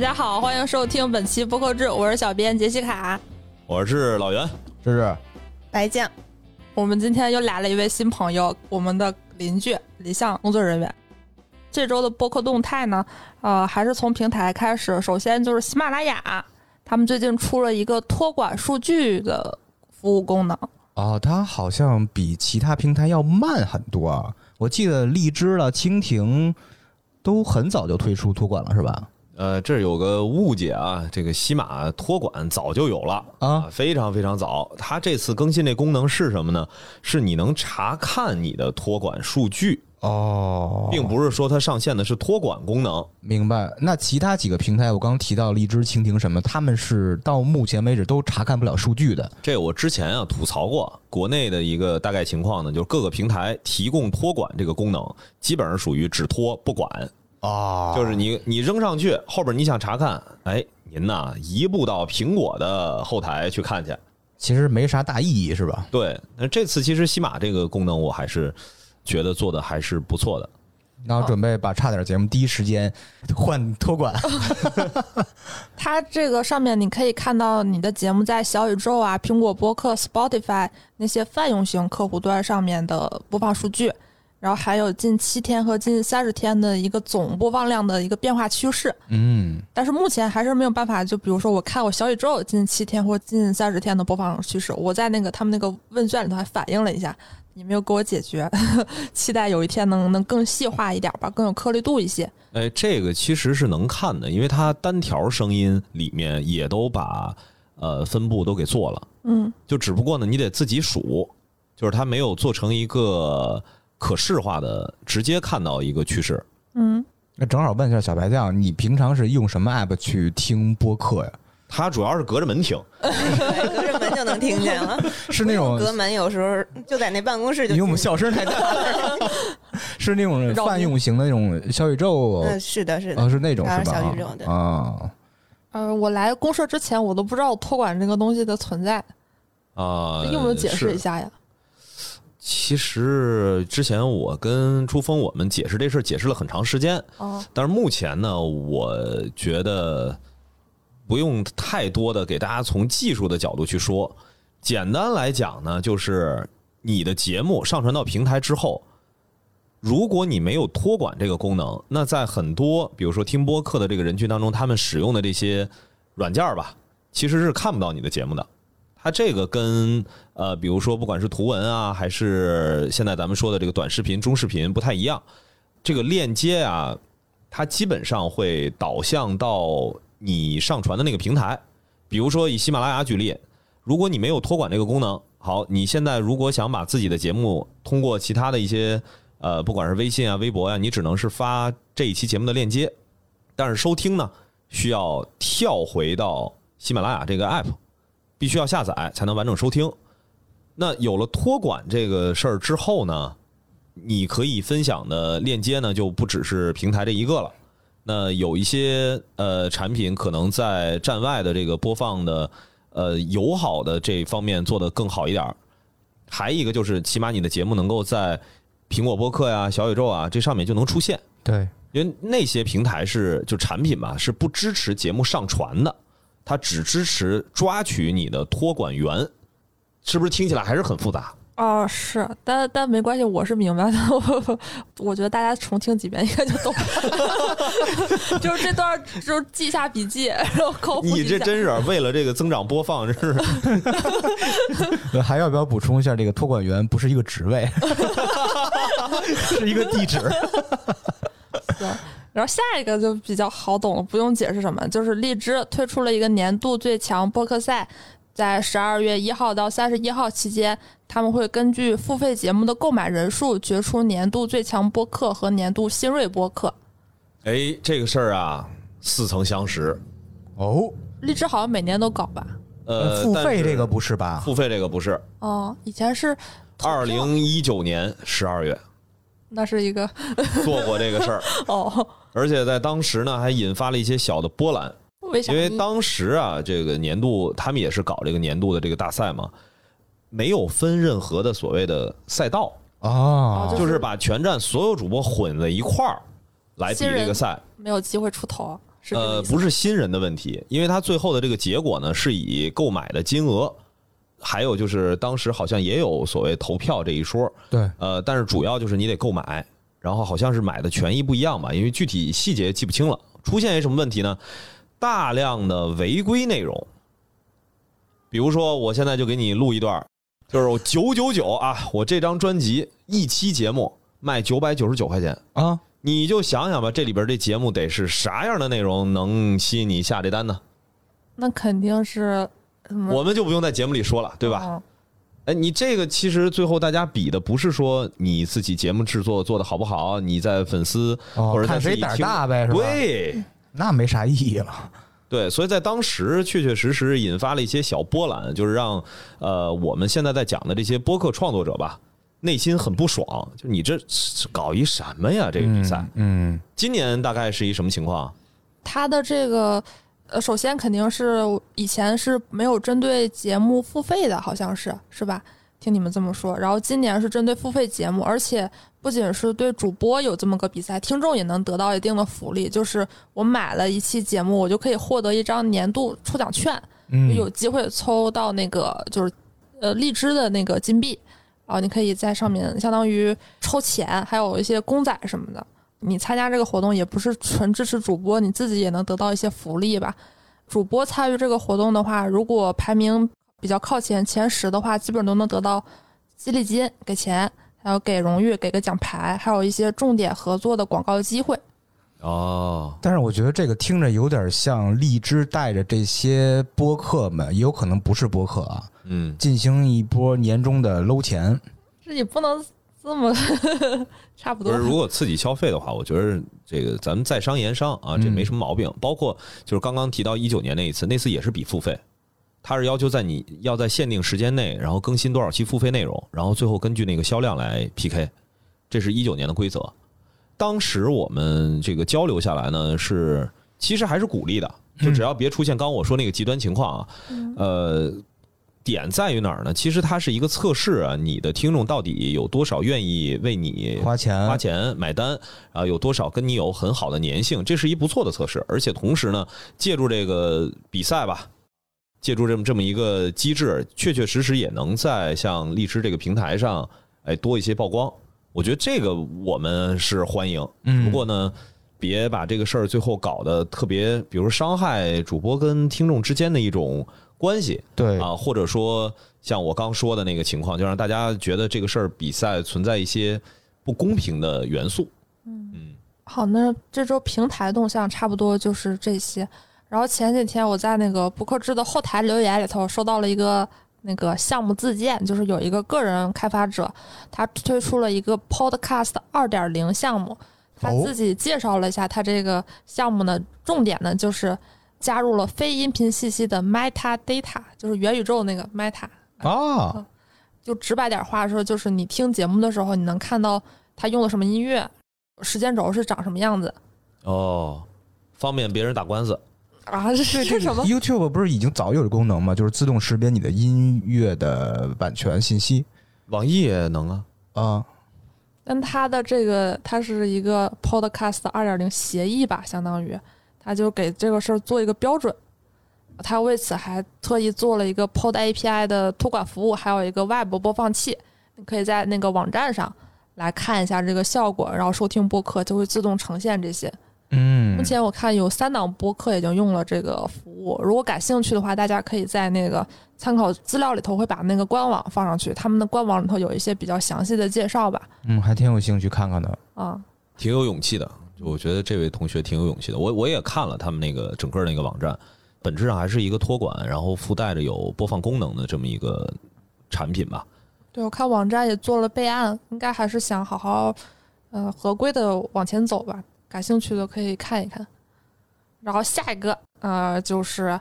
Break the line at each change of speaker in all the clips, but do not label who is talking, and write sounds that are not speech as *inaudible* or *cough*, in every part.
家好，欢迎收听本期播客制，我是小编杰西卡。
我是老袁，
这是
白酱，
我们今天又来了一位新朋友，我们的邻居李向工作人员。这周的播客动态呢，呃，还是从平台开始。首先就是喜马拉雅，他们最近出了一个托管数据的服务功能。
哦，它好像比其他平台要慢很多啊。我记得荔枝了、蜻蜓都很早就推出托管了，是吧？
呃，这有个误解啊，这个西马托管早就有了
啊，
非常非常早。它这次更新这功能是什么呢？是你能查看你的托管数据，
哦
并不是说它上线的是托管功能。
明白。那其他几个平台，我刚提到荔枝、蜻蜓什么，他们是到目前为止都查看不了数据的。
这我之前啊吐槽过，国内的一个大概情况呢，就是各个平台提供托管这个功能，基本上属于只托不管，
哦
就是你你扔上去，后边你想查看，哎，您呐移步到苹果的后台去看去。
其实没啥大意义，是吧？
对，那这次其实西马这个功能我还是觉得做的还是不错的。
然后准备把差点节目第一时间换托管。
它这个上面你可以看到你的节目在小宇宙啊、苹果播客、Spotify 那些泛用型客户端上面的播放数据，然后还有近七天和近三十天的一个总播放量的一个变化趋势。
嗯，
但是目前还是没有办法，就比如说我看我小宇宙近七天或近三十天的播放趋势，我在那个他们那个问卷里头还反映了一下，也没有给我解决。期待有一天能能更细化一点吧，更有颗粒度一些。
哎，这个其实是能看的，因为它单条声音里面也都把呃分布都给做了，
嗯，
就只不过呢你得自己数，就是它没有做成一个呃可视化的，直接看到一个趋势。
嗯，
*laughs* 那正好问一下小白酱，你平常是用什么 app 去听播客呀？
它主要是隔着门听，
*laughs* 隔着门就能听见了。
是那种
隔门有时候就在那办公室就
因为我们
听见。
笑声
*laughs*
太大了，是那种
绕
泛用型的那种小宇宙，
嗯，是的，是的
哦，。是那种
啊
是吧？
小宇宙对
啊，
呃，我来公社之前，我都不知道托管这个东西的存在，
啊、
用不用解释一
是
下呀？
其实之前我跟朱峰我们解释这事儿解释了很长时间，
哦，
但是目前呢，我觉得不用太多的给大家从技术的角度去说。简单来讲呢，就是你的节目上传到平台之后，如果你没有托管这个功能，那在很多比如说听播客的这个人群当中，他们使用的这些软件儿吧，其实是看不到你的节目的。它这个跟呃，比如说不管是图文啊，还是现在咱们说的这个短视频、中视频不太一样，这个链接啊，它基本上会导向到你上传的那个平台。比如说以喜马拉雅举例，如果你没有托管这个功能，好，你现在如果想把自己的节目通过其他的一些呃，不管是微信啊、微博呀、你只能是发这一期节目的链接，但是收听呢需要跳回到喜马拉雅这个 app，必须要下载才能完整收听。那有了托管这个事儿之后呢，你可以分享的链接呢就不只是平台这一个了。那有一些呃产品可能在站外的这个播放的呃友好的这方面做得更好一点儿。还一个就是，起码你的节目能够在苹果播客呀、小宇宙啊这上面就能出现，
对，
因为那些平台是就产品吧是不支持节目上传的，它只支持抓取你的托管源，是不是听起来还是很复杂？
哦，是，但但没关系，我是明白的。我我觉得大家重听几遍应该就懂了。 *laughs* 就是这段儿，就是记一下笔记，然后抠图
你
一
这
下。
真是为了这个增长播放，真是
呃还要不要补充一下？这个托管员不是一个职位， *laughs* 是一个地址。
对，然后下一个就比较好懂了，不用解释什么，就是荔枝推出了一个年度最强播客赛，在十二月一号到三十一号期间，他们会根据付费节目的购买人数决出年度最强播客和年度新锐播客。
哎，这个事儿啊，似曾相识。
哦，
荔枝好像每年都搞吧？
呃，
付
但
费
是
这个不是吧？
付费这个不是。
哦，以前是
二零一九年十二月
那是一个
做过这个事儿，
哦，
而且在当时呢还引发了一些小的波澜，
为啥
因
呢？
为当时啊，这个年度他们也是搞这个年度的这个大赛嘛，没有分任何的所谓的赛道，
哦，
就是把全站所有主播混在一块儿来比
新人
这个赛。
没有机会出头，啊是这个
呃，
意思
不是新人的问题，因为它最后的这个结果呢，是以购买的金额，还有就是当时好像也有所谓投票这一说，
对，
呃，但是主要就是你得购买，然后好像是买的权益不一样吧，因为具体细节记不清了。出现一什么问题呢？大量的违规内容，比如说我现在就给你录一段儿，就是九九九啊，我这张专辑一期节目卖九百九十九块钱，
啊，
你就想想吧，这里边这节目得是啥样的内容能吸引你下这单呢？
那肯定是什么
我们就不用在节目里说了，对吧？？
嗯
哎，你这个其实最后大家比的不是说你自己节目制作做的好不好，你在粉丝
哦
或者在
看
自
谁
己
胆儿
听
大呗，是吧？，
对
那没啥意义了。
对，所以在当时确确实实引发了一些小波澜，就是让呃我们现在在讲的这些播客创作者吧，内心很不爽，就你这是搞一什么呀？这个比赛，
嗯，
今年大概是一什么情况？
他的这个呃，首先肯定是以前是没有针对节目付费的，好像是是吧？听你们这么说，然后今年是针对付费节目，而且不仅是对主播有这么个比赛，听众也能得到一定的福利，就是我买了一期节目，我就可以获得一张年度抽奖券，
嗯，
有机会抽到那个就是呃荔枝的那个金币，然后你可以在上面相当于抽钱，还有一些公仔什么的。你参加这个活动也不是纯支持主播，你自己也能得到一些福利吧。主播参与这个活动的话，如果排名比较靠前前十的话，基本都能得到激励金、给钱，还有给荣誉、给个奖牌，还有一些重点合作的广告机会。
哦，
但是我觉得这个听着有点像荔枝带着这些播客们，也有可能不是播客啊，
嗯，
进行一波年终的搂钱。
这也不能这么 *laughs* 差不
不
多
是，。如果刺激消费的话，我觉得这个咱们在商言商啊，这
嗯
没什么毛病。包括就是刚刚提到一九年那一次，那次也是比付费，它是要求在你要在限定时间内，然后更新多少期付费内容，然后最后根据那个销量来 PK，这是一九年的规则。当时我们这个交流下来呢，是其实还是鼓励的，就
嗯
只要别出现刚刚我说那个极端情况啊，呃。点在于哪儿呢？其实它是一个测试啊，你的听众到底有多少愿意为你
花钱，
花钱买单啊，有多少跟你有很好的粘性，这是一不错的测试。而且同时呢，借助这个比赛吧，借助这么这么一个机制，确确实实也能在像荔枝这个平台上，哎，多一些曝光。我觉得这个我们是欢迎，
嗯
不过呢，别把这个事儿最后搞得特别，比如伤害主播跟听众之间的一种关系。
对
啊，或者说像我刚说的那个情况，就让大家觉得这个事儿比赛存在一些不公平的元素。嗯
好，那这周平台动向差不多就是这些。然后前几天我在那个博客制的后台留言里头收到了一个那个项目自荐，就是有一个个人开发者，他推出了一个 Podcast 二点零项目。他
哦
自己介绍了一下他这个项目呢，重点呢就是加入了非音频信息的 metadata，就是元宇宙那个 meta，
啊，
就直白点话说，就是你听节目的时候，你能看到他用了什么音乐，时间轴是长什么样子。
哦，方便别人打官司。
啊，这是什么？
YouTube 不是已经早有这功能吗？就是自动识别你的音乐的版权信息
网易也能啊，
啊。
但它的这个它是一个 Podcast 二点零协议吧，相当于，它就给这个事儿做一个标准。它为此还特意做了一个 Pod API 的托管服务，还有一个 Web 播放器，你可以在那个网站上来看一下这个效果，然后收听播客就会自动呈现这些。
嗯
目前我看有三档播客已经用了这个服务，如果感兴趣的话，大家可以在那个参考资料里头会把那个官网放上去，他们的官网里头有一些比较详细的介绍吧。
嗯，还挺有兴趣看看的。
啊、
挺有勇气的。就我觉得这位同学挺有勇气的。我我也看了他们那个整个那个网站，本质上还是一个托管，然后附带着有播放功能的这么一个产品吧。
对我看网站也做了备案，应该还是想好好呃合规的往前走吧。感兴趣的可以看一看。然后下一个呃就是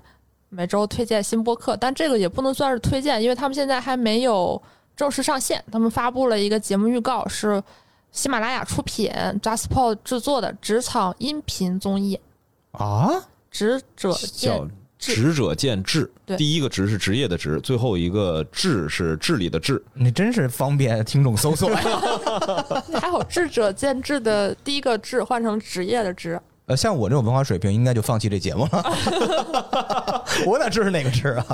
每周推荐新播客，但这个也不能算是推荐，因为他们现在还没有正式上线。他们发布了一个节目预告，是喜马拉雅出品，JustPod 制作的职场音频综艺
啊，
《职者
叫
见智
职者见智
对，
第一个职是职业的职，最后一个智是智力的智。
你真是方便听众
*laughs*
搜索呀。》，
还有智者见智的第一个智换成职业的职
呃，像我这种文化水平，应该就放弃这节目了。 *laughs* 我哪知道哪个吃啊？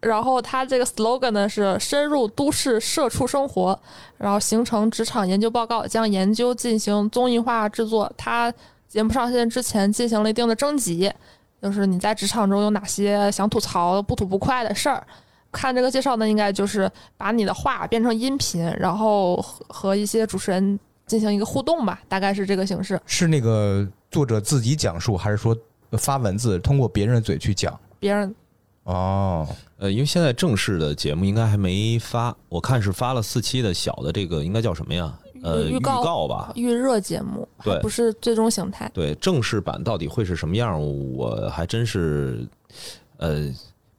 然后它这个 slogan 呢是深入都市社畜生活，然后形成职场研究报告，将研究进行综艺化制作。它节目上线之前进行了一定的征集，就是你在职场中有哪些想吐槽、不吐不快的事儿。看这个介绍呢，应该就是把你的话变成音频，然后和和一些主持人进行一个互动吧，大概是这个形式。
是那个作者自己讲述，还是说发文字通过别人的嘴去讲？
别人
哦，
呃，因为现在正式的节目应该还没发，我看是发了四期的小的这个应该叫什么呀？呃，
预
预
告
告吧。
预热节目，
对
还不是最终形态。
对，正式版到底会是什么样，我还真是呃，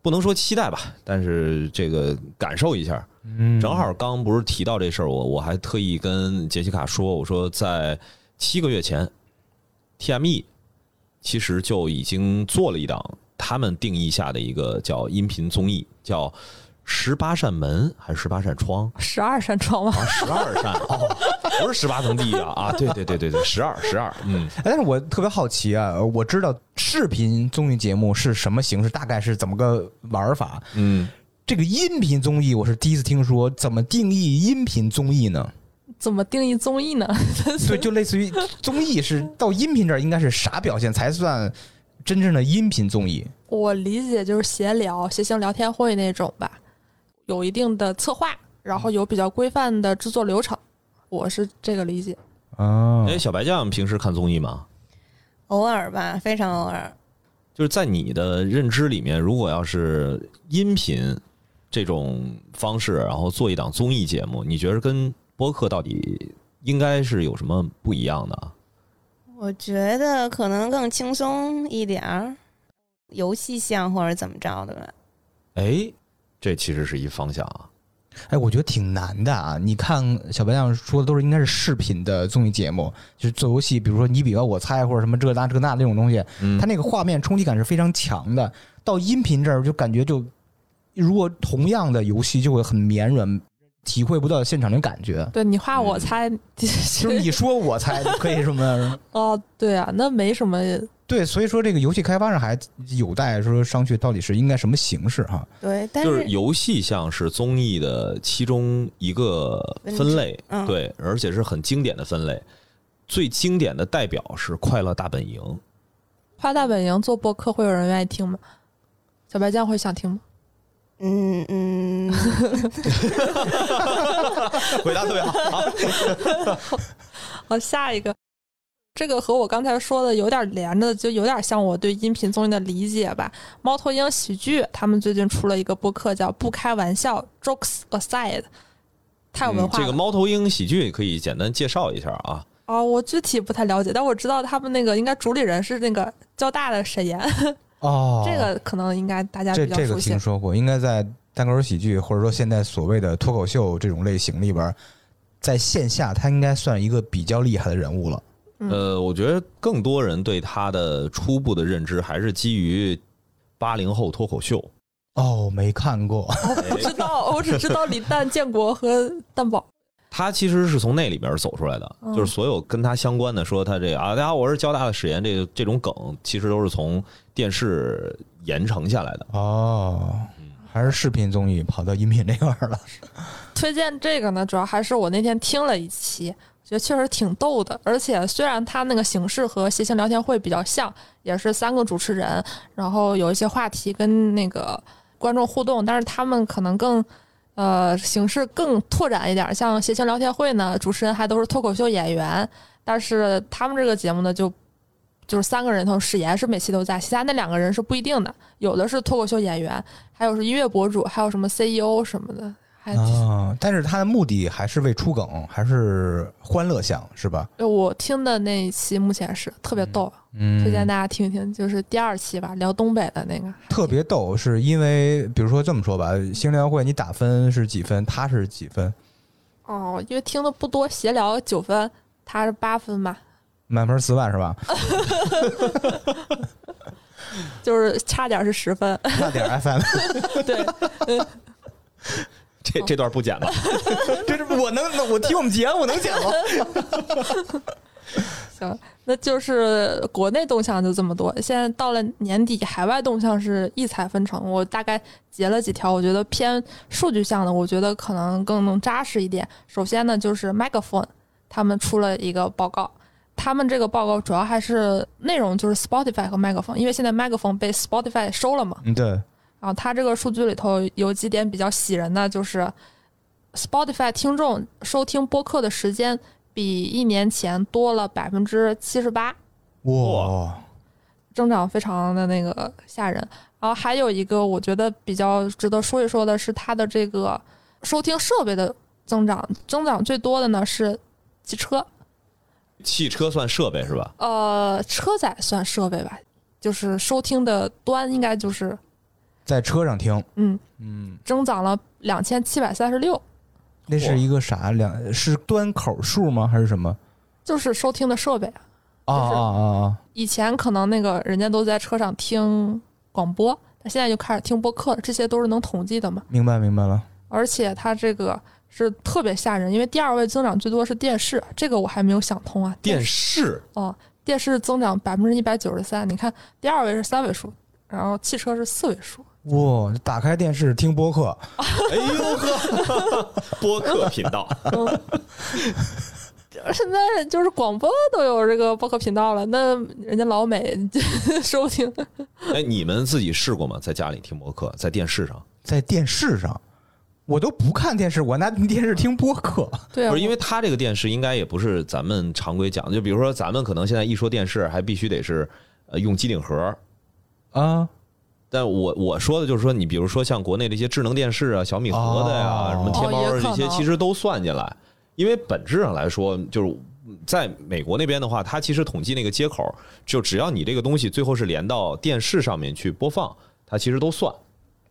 不能说期待吧，但是这个感受一下。
嗯
正好刚不是提到这事儿，我我还特意跟杰西卡说，我说在七个月前，TME 其实就已经做了一档他们定义下的一个叫音频综艺，叫《十八扇门》还是《十八扇窗》？
十二扇窗吧，
啊，十二扇哦，不是十八层地狱啊啊！对对对对对，十二十二，嗯，
哎但是我特别好奇啊，呃我知道视频综艺节目是什么形式，大概是怎么个玩法。
嗯，
这个音频综艺我是第一次听说，怎么定义音频综艺呢？
*laughs* 怎么定义综艺呢？
对，就类似于综艺是到音频这儿应该是啥表现才算真正的音频综艺？
我理解就是闲聊、谐星聊天会那种吧，有一定的策划，然后有比较规范的制作流程，我是这个理解。
哦
哎，小白酱平时看综艺吗？
偶尔吧，非常偶尔。
就是在你的认知里面，如果要是音频这种方式，然后做一档综艺节目，你觉得跟播客到底应该是有什么不一样的啊？
我觉得可能更轻松一点儿，游戏性或者怎么着的吧。
哎，这其实是一方向啊。
哎，我觉得挺难的啊！你看小白酱说的都是应该是视频的综艺节目，就是做游戏，比如说你比我我猜或者什么这那这那那种东西，
嗯
它那个画面冲击感是非常强的。到音频这儿就感觉就，如果同样的游戏就会很绵软，体会不到现场的感觉。
对你画我猜， *laughs*
就是你说我猜可以什 *laughs* 么？
哦，对啊，那没什么，
对，所以说这个游戏开发上还有待说商榷，到底是应该什么形式哈？
对，但
就是是游戏像是综艺的其中一个分类，
嗯
对，而且是很经典的分类。最经典的代表是《快乐大本营》，
花大本营做播客会有人愿意听吗？小白酱会想听吗？
嗯 *laughs* 嗯，
回答特别好啊！
好，下一个，这个和我刚才说的有点连着的，就有点像我对音频综艺的理解吧。猫头鹰喜剧他们最近出了一个播客，叫《不开玩笑 Jokes Aside》，太有文
嗯
化了。
这个猫头鹰喜剧可以简单介绍一下啊。
哦，我具体不太了解，但我知道他们那个应该主理人是那个交大的沈岩，*laughs*
哦
这个可能应该大家
这
比较
这个
熟悉
听。说过，应该在单口喜剧或者说现在所谓的脱口秀这种类型里边儿，在线下他应该算一个比较厉害的人物了。
嗯
呃，我觉得更多人对他的初步的认知还是基于八零后脱口秀。
哦，没看过，
不知道，我只知道李诞、建国和蛋宝。
他其实是从那里边走出来的，
嗯
就是所有跟他相关的，说他这个啊，大家好我是交大的史岩，这个这种梗其实都是从电视延承下来的。
哦，还是视频综艺跑到音频这块儿了。
推荐这个呢，主要还是我那天听了一期，觉得确实挺逗的。而且虽然它那个形式和谐星聊天会比较像，也是三个主持人，然后有一些话题跟那个观众互动，但是他们可能更。呃，形式更拓展一点，像谐星聊天会呢，主持人还都是脱口秀演员，但是他们这个节目呢，就就是三个人头，史岩是每期都在，其他那两个人是不一定的，有的是脱口秀演员，还有是音乐博主，还有什么 CEO 什么的， *laughs* 还挺
啊，但是他的目的还是为出梗，还是欢乐向，是吧？
呃我听的那一期目前是特别逗，
嗯
推荐大家听一听，就是第二期吧，聊东北的那个，
特别逗，是因为比如说这么说吧，星聊会你打分是几分，他是几分，
哦，因为听的不多，闲聊九分，他是八分嘛，
满分四万是
*laughs*
吧？
就是差点是十分，
那点儿 FM，
对，
这这段不剪了，
这是我能我听我们节目我能讲吗？
行，那就是国内动向就这么多。现在到了年底，海外动向是异彩纷呈。我大概截了几条，我觉得偏数据向的，我觉得可能更能扎实一点。首先呢，就是 Megaphone 他们出了一个报告，他们这个报告主要还是内容就是 Spotify 和 Megaphone，因为现在 Megaphone 被 Spotify 收了嘛。
*laughs* 嗯，对，
然后它这个数据里头有几点比较喜人的，就是 Spotify 听众收听播客的时间比一年前多了百分之七十八，
哇，
增长非常的那个吓人。然后还有一个我觉得比较值得说一说的是它的这个收听设备的增长，增长最多的呢是汽车，
汽车算设备是吧？
呃，车载算设备吧，就是收听的端应该就是
在车上听，
嗯
嗯，
增长了两千七百三十六。
那是一个啥两是端口数吗？还是什么？
就是收听的设备。
啊
就是
啊啊啊！
以前可能那个人家都在车上听广播，但现在就开始听播客了，这些都是能统计的嘛。
明白明白了，
而且它这个是特别吓人，因为第二位增长最多是电视，这个我还没有想通啊。
电视
哦，电视增长百分之一百九十三，你看第二位是三位数，然后汽车是四位数。
哇！打开电视听播客，
哎呦呵， *laughs* 播客频道，
嗯现在就是广播都有这个播客频道了，那人家老美 *laughs* 收听
哎，你们自己试过吗？在家里听播客，在电视上，
在电视上，我都不看电视，我拿电视听播客。
对啊，
不是因为它这个电视应该也不是咱们常规讲的，就比如说咱们可能现在一说电视，还必须得是呃用机顶盒。
啊，
但我我说的就是说，你比如说像国内这些智能电视啊、小米盒的呀、
哦
什么天猫
哦
儿
也可
这
能
些，其实都算进来，因为本质上来说，就是在美国那边的话，它其实统计那个接口，就只要你这个东西最后是连到电视上面去播放，它其实都算。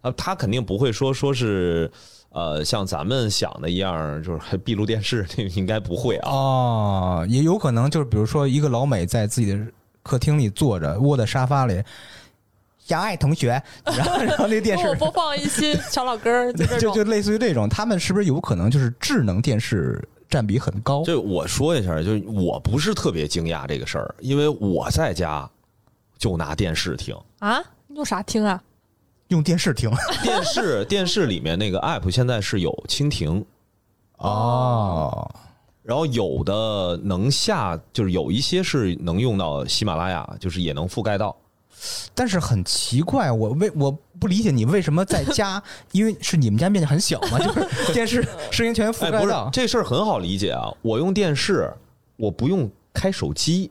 啊，它肯定不会说说是。呃，像咱们想的一样，就是闭路电视， *laughs* 这个应该不会啊。
*laughs* 哦，也有可能就是，比如说一个老美在自己的客厅里坐着，窝在沙发里，杨爱同学，然后然后那电
给 *laughs* 我
视
播放一些小老歌儿，就这
就
种。
就类似于这种，他们是不是有可能就是智能电视占比很高？
这我说一下，就是我不是特别惊讶这个事儿，因为我在家就拿电视
*laughs*
听，
啊，你用啥听啊？
用电视
*laughs*
听
电视电视里面那个 app 现在是有蜻蜓，
哦，
然后有的能下，就是有一些是能用到喜马拉雅，就是也能覆盖到。
但是很奇怪，我为我不理解你为什么在家，因为是你们家面积很小嘛，就是 *laughs* 电视声音全覆
哎，
盖
不是
到。
这事儿很好理解啊，我用电视，我不用开手机。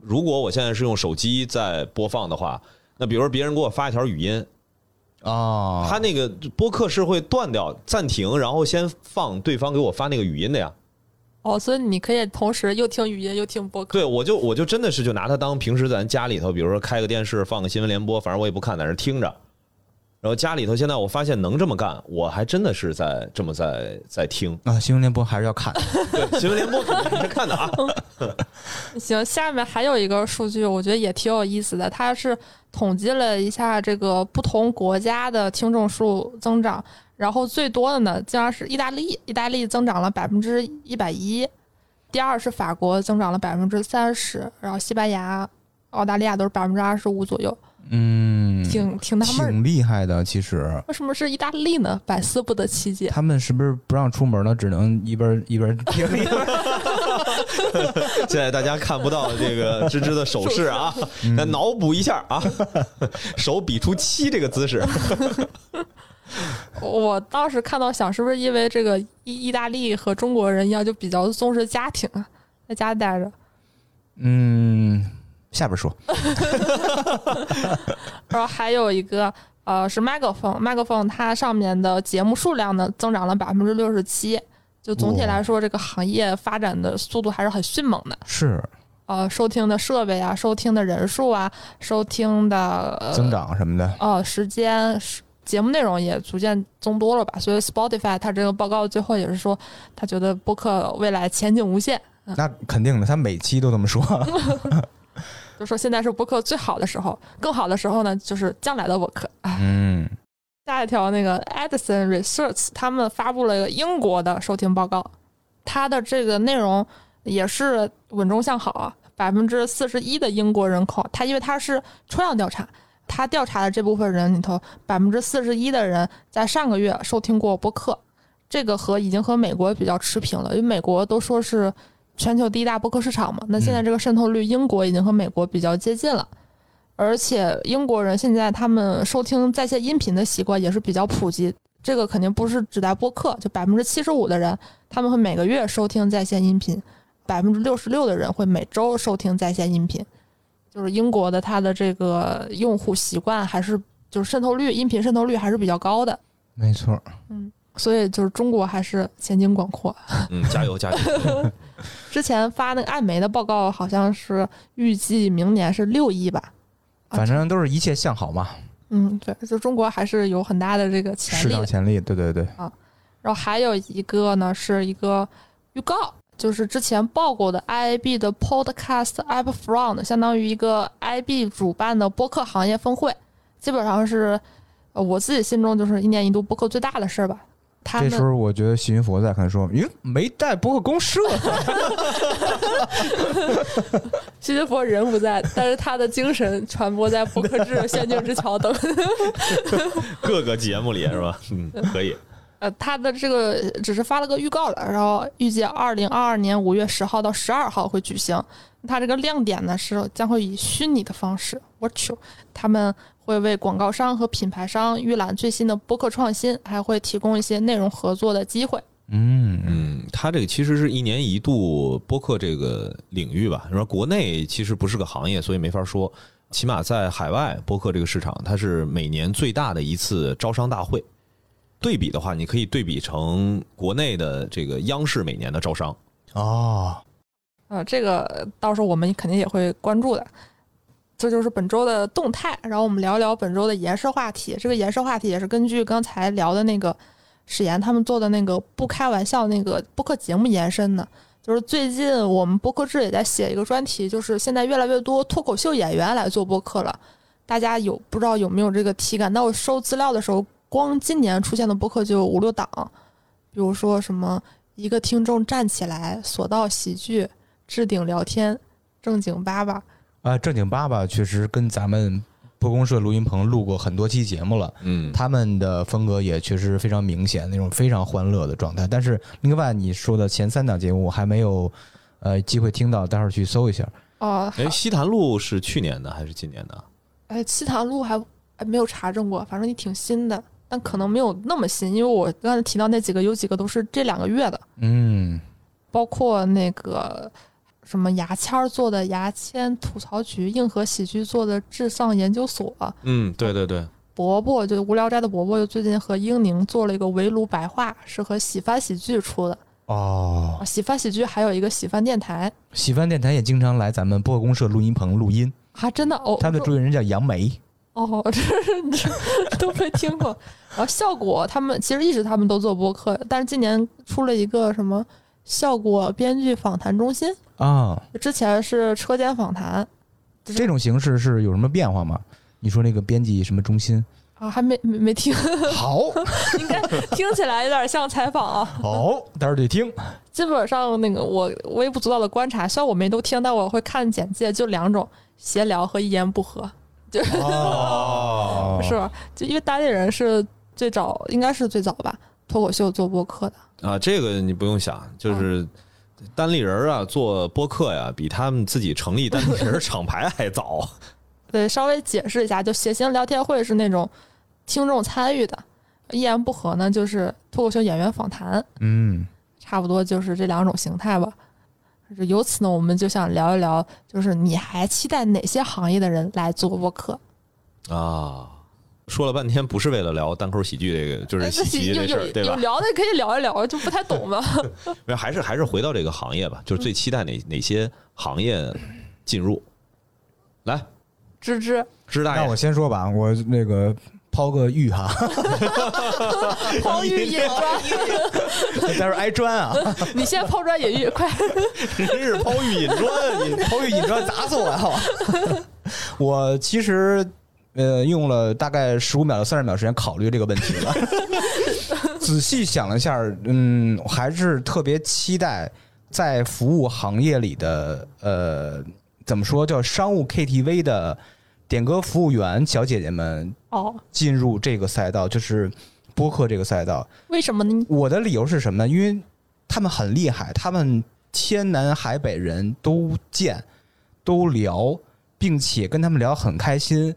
如果我现在是用手机在播放的话，那比如说别人给我发一条语音，
哦，
他那个播客是会断掉、暂停，然后先放对方给我发那个语音的呀。
哦，所以你可以同时又听语音又听播客。
对，我就我就真的是就拿它当平时咱家里头，比如说开个电视放个新闻联播，反正我也不看，在那儿听着。然后家里头现在我发现能这么干，我还真的是在这么在在 *laughs* 听。
啊，新闻联播还是要
*laughs*
看。
对，新闻联播肯定是看的 *laughs* 啊。
行，下面还有一个数据，我觉得也挺有意思的，它是统计了一下这个不同国家的听众数增长，然后最多的呢竟然是意大利，意大利增长了百分之一百一，第二是法国增长了百分之三十，然后西班牙、澳大利亚都是百分之二十五左右，
嗯，
挺挺纳闷儿的，
挺厉害的，其实。
为什么是意大利呢？百思不得其解。
他们是不是不让出门了，只能一边一边听一边？
现在大家看不到这个芝芝的手势 *laughs* 啊，那脑补一下 *laughs* 啊，手比出七这个姿势。
我当时看到想，是不是因为这个意意大利和中国人一样，就比较重视家庭啊，在家待着。
*laughs* 嗯，下边说。
然后还有一个呃是 Megaphone，Megaphone 它上面的节目数量呢增长了百分之六十七，就总体
哇
来说，这个行业发展的速度还是很迅猛的。
是
呃，收听的设备啊，收听的人数啊，收听的、呃、
增长什么的，
哦，时间是节目内容也逐渐增多了吧？所以 Spotify 它这个报告最后也是说，他觉得播客未来前景无限，
那肯定的，他每期都
*laughs*
这么说。
就说现在是播客最好的时候，更好的时候呢，就是将来的播客。哎，
嗯，
下一条那个 Edison Research 他们发布了一个英国的收听报告，它的这个内容也是稳中向好啊。百分之四十一的英国人口，他因为他是抽样调查，他调查的这部分人里头，百分之四十一的人在上个月收听过播客，这个和已经和美国比较持平了，因为美国都说是全球第一大播客市场嘛，那现在这个渗透率，英国已经和美国比较接近了。而且英国人现在他们收听在线音频的习惯也是比较普及，这个肯定不是只在播客，就百分之七十五的人他们会每个月收听在线音频，百分之六十六的人会每周收听在线音频，就是英国的它的这个用户习惯还是就是渗透率，音频渗透率还是比较高的，
没错，
所以就是中国还是前景广阔。啊
嗯，加油加油！
之前发那个艾媒的报告好像是预计明年是六亿吧，啊
反正都是一切向好嘛，
嗯，对，就中国还是有很大的这个潜
市
力的
场。潜力，对对对，
然后还有一个呢是一个预告，就是之前报过的 IAB 的 Podcast App Front，相当于一个 IB 主办的播客行业峰会，基本上是呃我自己心中就是一年一度播客最大的事儿吧。他
这时
们
候我觉得徐云佛在，可能说，咦，没带博客
*laughs*
公社，
西西佛人不在，但是他的精神传播在播客
*laughs*
制、仙境之桥等
*laughs* 各个节目里是吧？嗯，可以。
呃，他的这个只是发了个预告了，然后预计二零二二年五月十号到十二号会举行。它这个亮点呢是将会以虚拟的方式 （virtual），他们会为广告商和品牌商预览最新的播客创新，还会提供一些内容合作的机会。
嗯嗯
嗯，它这个其实是一年一度播客这个领域吧。然后国内其实不是个行业，所以没法说。起码在海外播客这个市场，它是每年最大的一次招商大会。对比的话，你可以对比成国内的这个央视每年的招商。
*laughs* 哦，
呃，这个到时候我们肯定也会关注的。这就是本周的动态，然后我们聊聊本周的延伸话题。这个延伸话题也是根据刚才聊的那个史岩他们做的那个不开玩笑那个播客节目延伸的。就是最近我们播客制也在写一个专题，就是现在越来越多脱口秀演员来做播客了。大家有不知道有没有这个体感？那我收资料的时候，光今年出现的播客就有五六档，比如说什么一个听众站起来，索道喜剧。置顶聊天，正经八百。
啊，正经爸爸确实跟咱们播公社录音棚录过很多期节目了，
嗯，
他们的风格也确实非常明显，那种非常欢乐的状态。但是另外你说的前三档节目我还没有呃机会听到，待会儿去搜一下。
哦，
哎，西坛路是去年的还是今年的？
哎，七堂路还哎没有查证过，反正也挺新的，但可能没有那么新，因为我刚才提到那几个有几个都是这两个月的，
嗯，
包括那个什么牙签儿做的牙签吐槽局，硬核喜剧做的智丧研究所，
嗯，对对对，
伯伯就无聊斋的伯伯，就最近和英宁做了一个围炉白话，是和喜翻喜剧出的。
哦
啊，，喜翻喜剧还有一个喜翻电台
喜番电台也经常来咱们播公社录音棚录音，
啊，真的哦，
他们的主理人叫杨梅。
哦， *laughs* 这是这 *laughs* 都没听过。然后效果，他们其实一直他们都做播客，但是今年出了一个什么效果编剧访谈中心，
啊、
之前是车间访谈就是
这种形式是有什么变化吗？你说那个编辑什么中心？
啊，还没没没听， *laughs*
好，
应该听起来有点像采访啊。
好，待会儿得听。
基本上那个我微不足道的观察，虽然我没都听，但我会看简介，就两种闲聊和一言不合。
哦
是吧？就因为单立人是最早，应该是最早吧，脱口秀做播客的。
啊，这个你不用想，就是单立人儿啊，做播客呀、比他们自己成立单立人儿厂牌还早。
对，稍微解释一下，就谐星聊天会是那种听众参与的，一言不合呢就是脱口秀演员访谈，
嗯，
差不多就是这两种形态吧。就是由此呢，我们就想聊一聊，就是你还期待哪些行业的人来做播客？
啊，说了半天不是为了聊单口喜剧这个，
哎
就是喜
有
剧这事
有
儿，对
有
吧？
聊的可以聊一聊，就不太懂嘛。
没有还是还是回到这个行业吧，就是最
嗯
期待哪哪些行业进入？来，
*laughs* 芝芝，
支大
那我
*laughs* 爷，
先说吧，我那个抛个玉哈，
*laughs* 抛玉引砖，
*laughs* 待会儿挨砖啊，
你先抛砖引玉，快！ *laughs*
真是抛玉引砖，你
抛玉引砖砸死我呀！好吧 *laughs* 我其实呃用了大概十五秒到三十秒时间考虑这个问题了， *laughs* 仔细想了一下，嗯，我还是特别期待在服务行业里的呃怎么说叫商务 KTV 的点歌服务员小姐姐们
哦，
进入这个赛道，就是播客这个赛道。
为什么呢？
我的理由是什么呢？因为他们很厉害，他们天南海北人都见，都聊，并且跟他们聊很开心，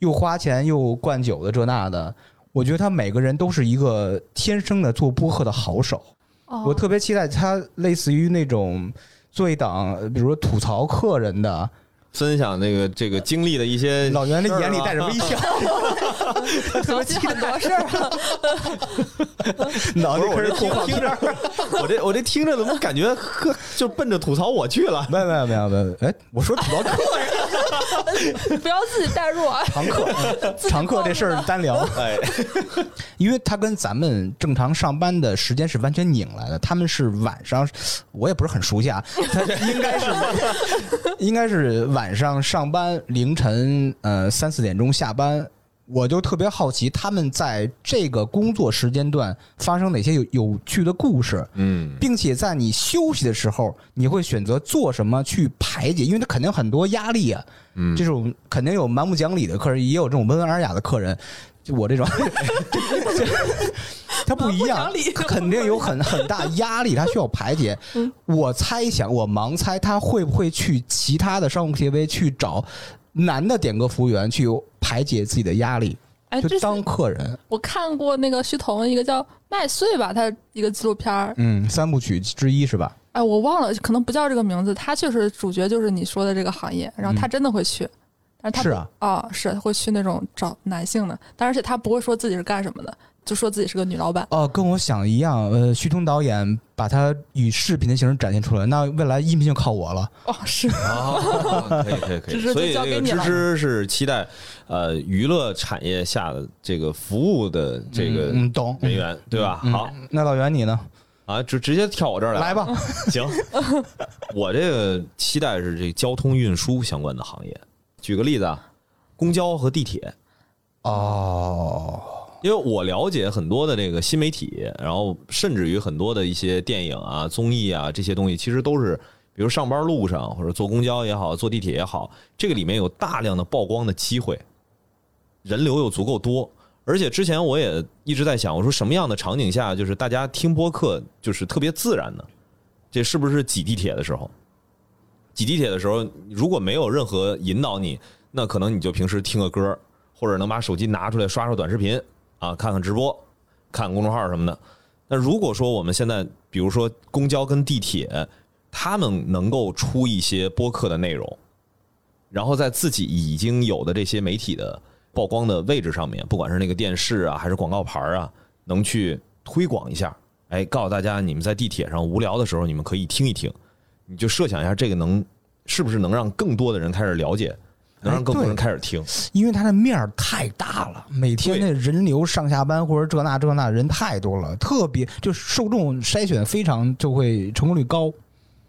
又花钱又灌酒的这那的。我觉得他每个人都是一个天生的做播客的好手。
哦
我特别期待他类似于那种做一档，呃比如说吐槽客人的，
分享那个这个经历的一些
老袁的眼里
事儿啊 *laughs*
带着微笑， *laughs*
想起很 *laughs* 多事儿啊了，
不是我这
脑子开始破
听
黄
听着，我这我这听着怎么感觉呵就奔着吐槽我去了？
没有没有没有没有，哎，我说吐槽客
不要自己代入啊。
常客，嗯常客这事儿单聊，
哎，
因为他跟咱们正常上班的时间是完全拧来的，他们是晚上，我也不是很熟悉啊，他应该是应该是晚上上班，凌晨呃三四点钟下班，我就特别好奇他们在这个工作时间段发生哪些有有趣的故事，
嗯，
并且在你休息的时候，你会选择做什么去排解？因为他肯定很多压力啊，嗯，这种肯定有蛮不讲理的客人，也有这种温文尔雅的客人，就我这种， *laughs* 他不一
蛮
样
不讲理，的嗯
肯定有很很大压力，他需要排解。我猜想，我盲猜他会不会去其他的商务 KTV 去找男的点歌服务员去排解自己的压力，
哎，
就
这
当
是
客人。
我看过那个徐彤一个叫《麦穗》吧，他一个纪录片儿，
嗯，三部曲之一是吧？
哎，我忘了，可能不叫这个名字。他确实主角就是你说的这个行业，然后
嗯
他真的会去，但是他
是啊，
啊，是会去那种找男性的，但而且他不会说自己是干什么的，就说自己是个女老板。
哦，跟我想的一样，呃，徐彤导演把它以视频的形式展现出来，那未来音频就靠我了。
*laughs* 哦，是，
啊，可以可以可
芝
以，
芝
所以
就交
这
给
个
你
芝
了
芝是期待呃娱乐产业下的这个服务的这个
嗯，懂。
人员，对吧？
嗯
好，
那老袁你呢？
啊，直直接跳我这儿
来
来， *laughs*
吧，
行，我这个期待是这交通运输相关的行业。举个例子啊，公交和地铁，
哦，
因为我了解很多的这个新媒体，然后甚至于很多的一些电影啊、综艺啊这些东西，其实都是比如上班路上或者坐公交也好，坐地铁也好，这个里面有大量的曝光的机会，人流又足够多。而且之前我也一直在想，我说什么样的场景下就是大家听播客就是特别自然呢？这是不是挤地铁的时候？挤地铁的时候，如果没有任何引导你，那可能你就平时听个歌，或者能把手机拿出来刷刷短视频啊，看看直播，看公众号什么的。那如果说我们现在，比如说公交跟地铁，他们能够出一些播客的内容，然后在自己已经有的这些媒体的曝光的位置上面，不管是那个电视啊，还是广告牌啊，能去推广一下。哎，告诉大家，你们在地铁上无聊的时候，你们可以听一听。你就设想一下，这个能是不是能让更多的人开始了解，能让更多人开始听？
因为它的面儿太大了，每天
对
那人流上下班或者这那这那人太多了，特别就是受众筛选非常就会成功率高。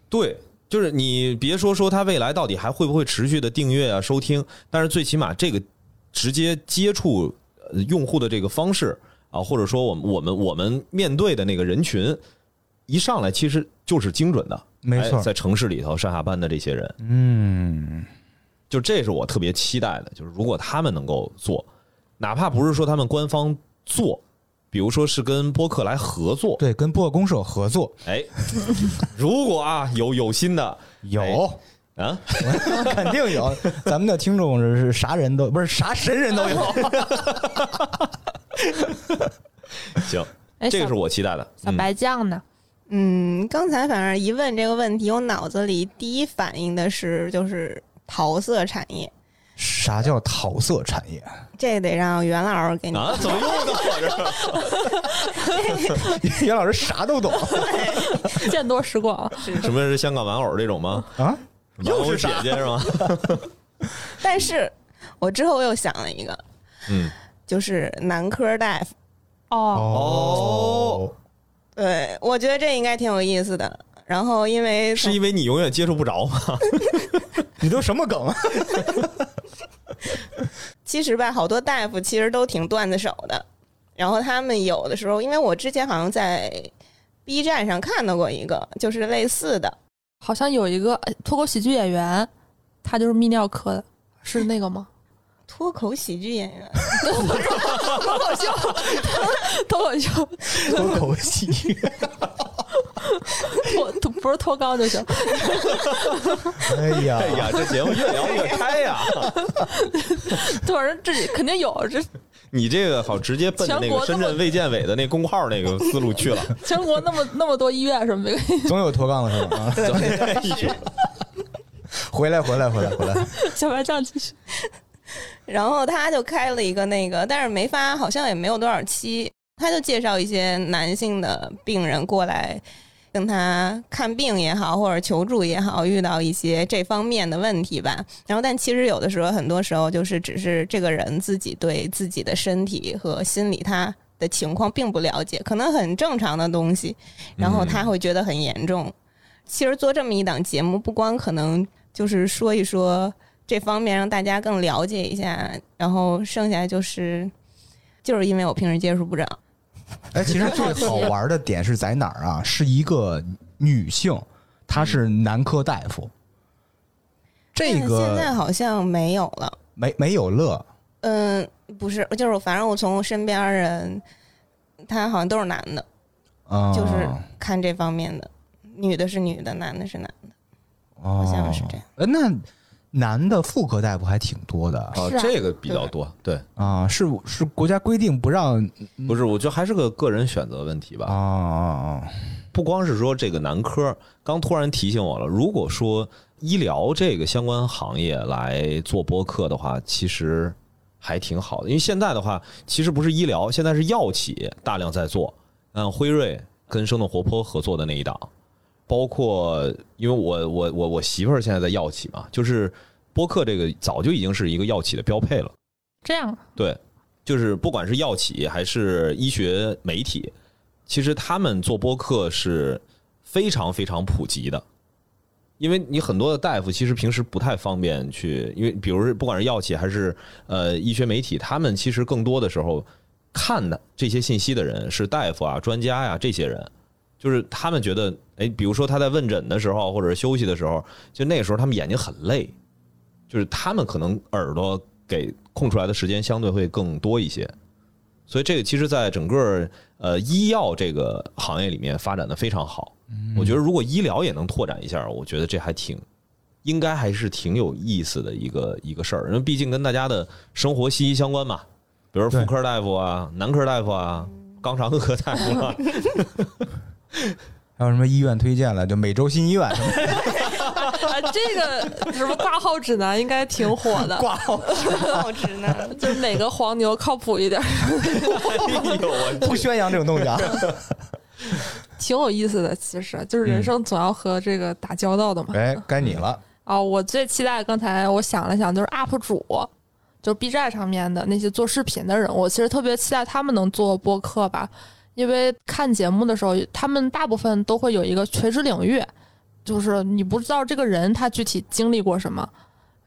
对，就是你别说说他未来到底还会不会持续的订阅啊、收听，但是最起码这个直接接触呃用户的这个方式啊，或者说我们我们我们面对的那个人群，一上来其实就是精准的，
没错
哎在城市里头上下班的这些人，
嗯，
就这是我特别期待的，就是如果他们能够做，哪怕不是说他们官方做，比如说是跟播客来合作，
对，跟播客公社合作
哎，如果啊有有心的
有。 *laughs*
哎啊。
肯定有，咱们的听众是啥人都不是啥神人都有。
*laughs* 行，
哎，
这个
小
是我期待的。
小
嗯
白酱呢？
嗯，刚才反正一问这个问题，我脑子里第一反应的是就是桃色产业，
啥叫桃色产业？
这得让袁老师给你。
啊，怎么又到我这儿
*laughs*
了？
*laughs* 袁老师啥都懂
*laughs* 见多识广，
什么是香港玩偶这种吗？
啊？
*laughs* 又是姐姐是 *laughs* 吗？
但是我之后又想了一个，
*laughs*
嗯，
就是男科大夫。
哦，
哦，
对，我觉得这应该挺有意思的。然后因为
是因为你永远接触不着吗？
你都什么梗啊？
其实吧，好多大夫其实都挺段子手的。然后他们有的时候，因为我之前好像在 B 站上看到过一个，就是类似的，
好像有一个哎脱口喜剧演员他就是泌尿科的，是那个吗？
脱口喜剧演员，
脱口秀， *laughs* 脱口秀，
*laughs* 脱口喜剧，
脱脱不是脱肛就行。
*laughs* 哎呀
哎呀，这节目越聊 *laughs* 越开呀！
反正这里肯定有，这
你这个好直接奔着那
全
个
国
深
这么
圳卫健委的那公号那个思路去了。 *laughs*
全国那么那么多医院什么的， *laughs*
总有脱杠的时候啊！
哎啊
回来，回来，回来，回来！
小白酱继续。
然后他就开了一个那个，但是没发，好像也没有多少期，他就介绍一些男性的病人过来跟他看病也好，或者求助也好，遇到一些这方面的问题吧。然后，但其实有的时候，很多时候就是只是这个人自己对自己的身体和心理他的情况并不了解，可能很正常的东西，然后他会觉得很严重。其实做这么一档节目，不光可能就是说一说这方面，让大家更了解一下，然后剩下就是就是因为我平时接触不着，
哎，其实最好玩的点是在哪儿啊？是一个女性，她是男科大夫，这
但是现在
个
好像没有了。
没没有乐，
嗯，不是，就是我反正我从我身边人，他好像都是男的，
嗯，
就是看这方面的，女的是女的，男的是男的，
好
好像是这样。
哦呃那男的妇科大夫还挺多的
哦
是啊，
这个比较多，对，
啊，是是国家规定不让
不是，我觉得还是个个人选择问题吧。
啊啊
不光是说这个男科，刚突然提醒我了。如果说医疗这个相关行业来做播客的话，其实还挺好的，因为现在的话，其实不是医疗，现在是药企大量在做。嗯，辉瑞跟生动活泼合作的那一档，包括因为我我我我媳妇儿现在在药企嘛，就是播客这个早就已经是一个药企的标配了。
这样，
对，就是不管是药企还是医学媒体，其实他们做播客是非常非常普及的。因为你很多的大夫其实平时不太方便去，因为比如是不管是药企还是呃医学媒体，他们其实更多的时候看的这些信息的人是大夫啊、专家呀、这些人，就是他们觉得，哎，比如说他在问诊的时候或者是休息的时候，就那个时候他们眼睛很累，就是他们可能耳朵给空出来的时间相对会更多一些，所以这个其实，在整个呃医药这个行业里面发展的非常好。我觉得如果医疗也能拓展一下，我觉得这还挺，应该还是挺有意思的一个一个事儿，因为毕竟跟大家的生活息息相关嘛，比如说妇科大夫啊、男科大夫啊、肛肠科大夫
*laughs*
啊，
还有什么医院推荐了？就每周新医院什么
啊，这个什么挂号指南应该挺火的，
挂号，
好直男，
就是哪个黄牛靠谱一点，
哎呦我
*laughs* 不宣扬这种东西啊。
挺有意思的。其实就是人生总要和这个打交道的嘛。
哎，该你了，
啊，我最期待刚才我想了想，就是 UP 主，就是 B 站上面的那些做视频的人，我其实特别期待他们能做播客吧，因为看节目的时候，他们大部分都会有一个垂直领域，就是你不知道这个人他具体经历过什么。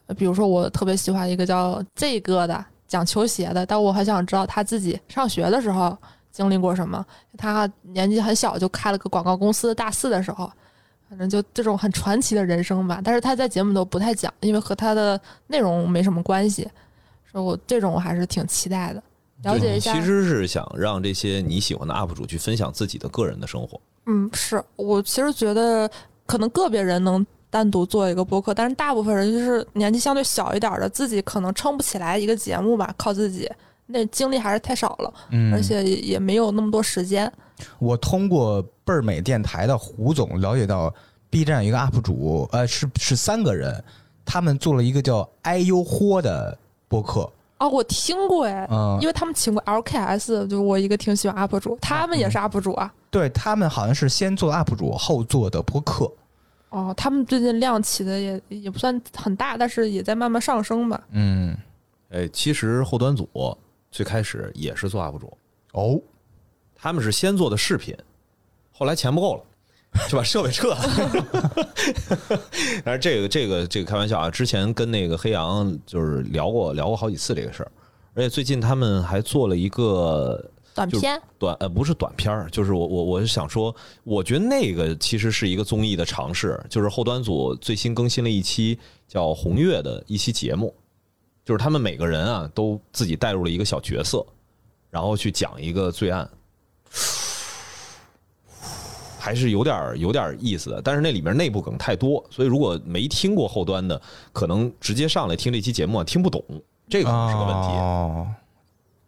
呃比如说，我特别喜欢一个叫 Z 哥的讲球鞋的，但我很想知道他自己上学的时候经历过什么。他年纪很小就开了个广告公司，大四的时候，反正就这种很传奇的人生吧。但是他在节目都不太讲，因为和他的内容没什么关系。所以我这种我还是挺期待的，了解一下。
其实是想让这些你喜欢的 UP 主去分享自己的个人的生活。
嗯，是我其实觉得，可能个别人能单独做一个播客，但是大部分人就是年纪相对小一点儿的，自己可能撑不起来一个节目吧，靠自己那精力还是太少了，
嗯
而且也也没有那么多时间。
我通过倍儿美电台的胡总了解到，B 站有一个 UP 主，呃，是是三个人，他们做了一个叫“哎呦豁”的播客，
哦，我听过哎，
嗯
因，为他们请过 LKS，就我一个挺喜欢 UP 主，他们
嗯
也是 UP 主啊。
对他们好像是先做 UP 主，后做的播客，
哦，他们最近量起的也也不算很大，但是也在慢慢上升吧。
嗯，
哎，其实后端组最开始也是做 UP 主，
哦，
他们是先做的视频，后来钱不够了，就把设备撤了。 *laughs* 但是这个这个这个开玩笑啊，之前跟那个黑羊就是聊过聊过好几次这个事儿，而且最近他们还做了一个
*laughs* 短
*laughs*
片，
短呃不是短片儿，就是我我我是想说，我觉得那个其实是一个综艺的尝试，就是后端组最新更新了一期叫《红月》的一期节目，就是他们每个人啊都自己带入了一个小角色，然后去讲一个罪案，还是有点儿有点儿意思的。但是那里面内部梗太多，所以如果没听过后端的，可能直接上来听这期节目啊听不懂，这个可能是个问题。
哦，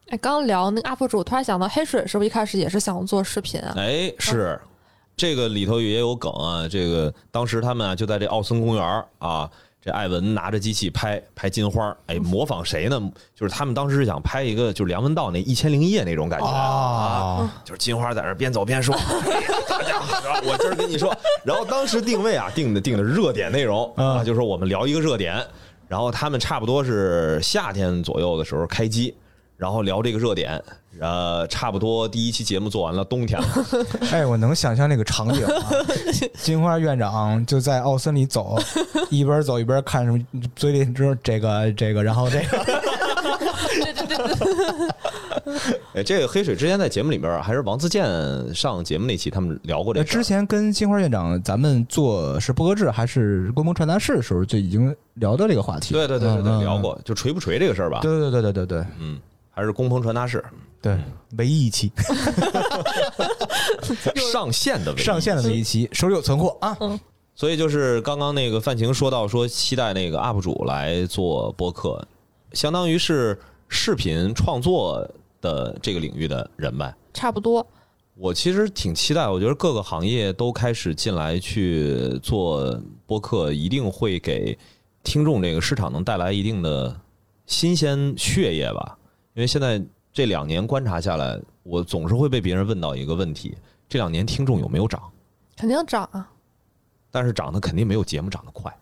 哎，刚聊那个 UP 主，突然想到黑水是不是一开始也是想做视频啊？
嗯
哎，是这个里头也有梗啊。这个当时他们啊就在这奥森公园儿啊，这艾文拿着机器拍拍金花儿，
嗯
哎，模仿谁呢？就是他们当时是想拍一个就是梁文道那《一千零一夜》那种感觉
哦
啊，就是金花在那儿边走边
*laughs*
说，哎呀大家好，我今儿跟你说，然后当时定位啊定的定的是热点内容
嗯
啊，就说我们聊一个热点，然后他们差不多是夏天左右的时候开机。然后聊这个热点，呃，差不多第一期节目做完了，冬天了，
哎，我能想象那个场景啊！金花院长就在奥森里走，一边走一边看什么，嘴里只有这个这个，然后这个，
哎，这个黑水之前在节目里边儿，还是王自健上节目那期他们聊过这
那
个事儿。
之前跟金花院长咱们做是播客制还是公共传达室的时候就已经聊到这个话题，
对对对对
嗯
对，
嗯
聊过，就锤不锤这个事儿吧？
对对对对对对
嗯，还是工棚传达室
对，唯一一期
上线的唯一
上线的唯一一期，手里有存货啊，
所以就是刚刚那个范晴说到说期待那个 UP 主来做播客，相当于是视频创作的这个领域的人呗。
差不多，
我其实挺期待，我觉得各个行业都开始进来去做播客，一定会给听众这个市场能带来一定的新鲜血液吧。因为现在这两年观察下来，我总是会被别人问到一个问题：这两年听众有没有涨？
肯定涨啊！
但是涨得肯定没有节目涨得快，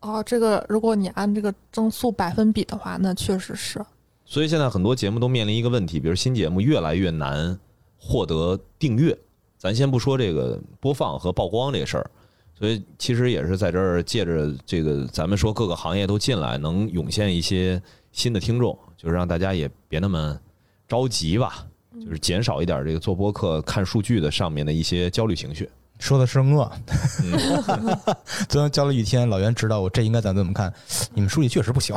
哦，这个如果你按这个增速百分比的话，那确实是。
所以现在很多节目都面临一个问题，比如新节目越来越难获得订阅。咱先不说这个播放和曝光这个事儿，所以其实也是在这儿借着这个，咱们说各个行业都进来，能涌现一些新的听众，就是让大家也别那么着急吧，就是减少一点这个做播客看数据的上面的一些焦虑情绪。
说的是我。
嗯，
昨天教了一天，老袁指导我这应该咋怎么看，你们书里确实不行。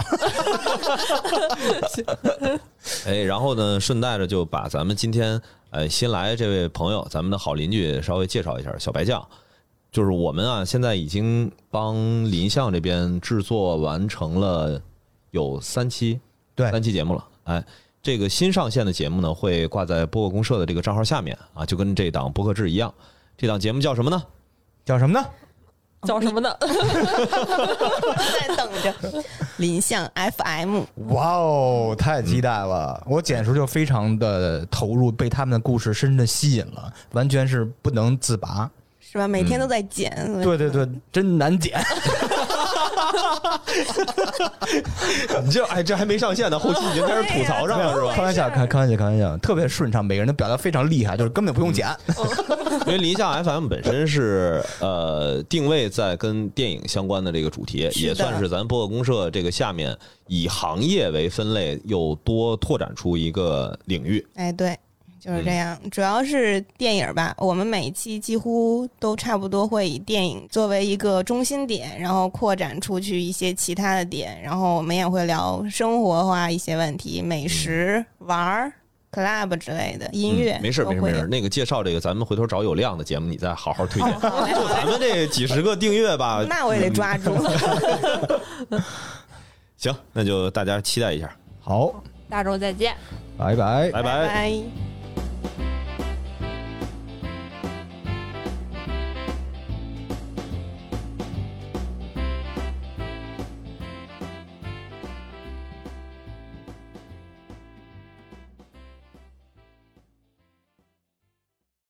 哎，然后呢，顺带着就把咱们今天呃新来这位朋友，咱们的好邻居稍微介绍一下，小白酱。就是我们啊，现在已经帮林相这边制作完成了有三期，
对
三期节目了。哎，这个新上线的节目呢，会挂在播客公社的这个账号下面啊，就跟这档播客制一样。这档节目叫什么呢？
叫什么呢？
叫什么呢？
在等着
*laughs*
林相 FM，
哇哦，太期待了！我简直就非常的投入，被他们的故事深深的吸引了，完全是不能自拔。
是吧？每天都在剪，所以
对对对，真难剪。
你这哎，这还没上线呢，后期已经开始吐槽上了是吧？
开玩笑，开开玩笑，开玩笑，特别顺畅，每个人的表达非常厉害，就是根本不用剪。
*laughs* 因为林下 FM 本身是呃定位在跟电影相关的这个主题，
是的
也算是咱播客公社这个下面以行业为分类，又多拓展出一个领域。
哎，对，就是
嗯
这样。主要是电影吧，我们每一期几乎都差不多会以电影作为一个中心点，然后扩展出去一些其他的点，然后我们也会聊生活化一些问题，美食、玩儿、club 之类的音乐。
嗯嗯没事
都
没事
会
没
有
事，。那个介绍这个咱们回头找有量的节目，你再好好推荐。
好嘞
*laughs* 就咱们这几十个订阅吧，
哦 *laughs*
嗯
那我也得抓住。
行，那就大家期待一下，
好，
下周再见。
拜
*laughs*
拜。
拜
*laughs* 拜。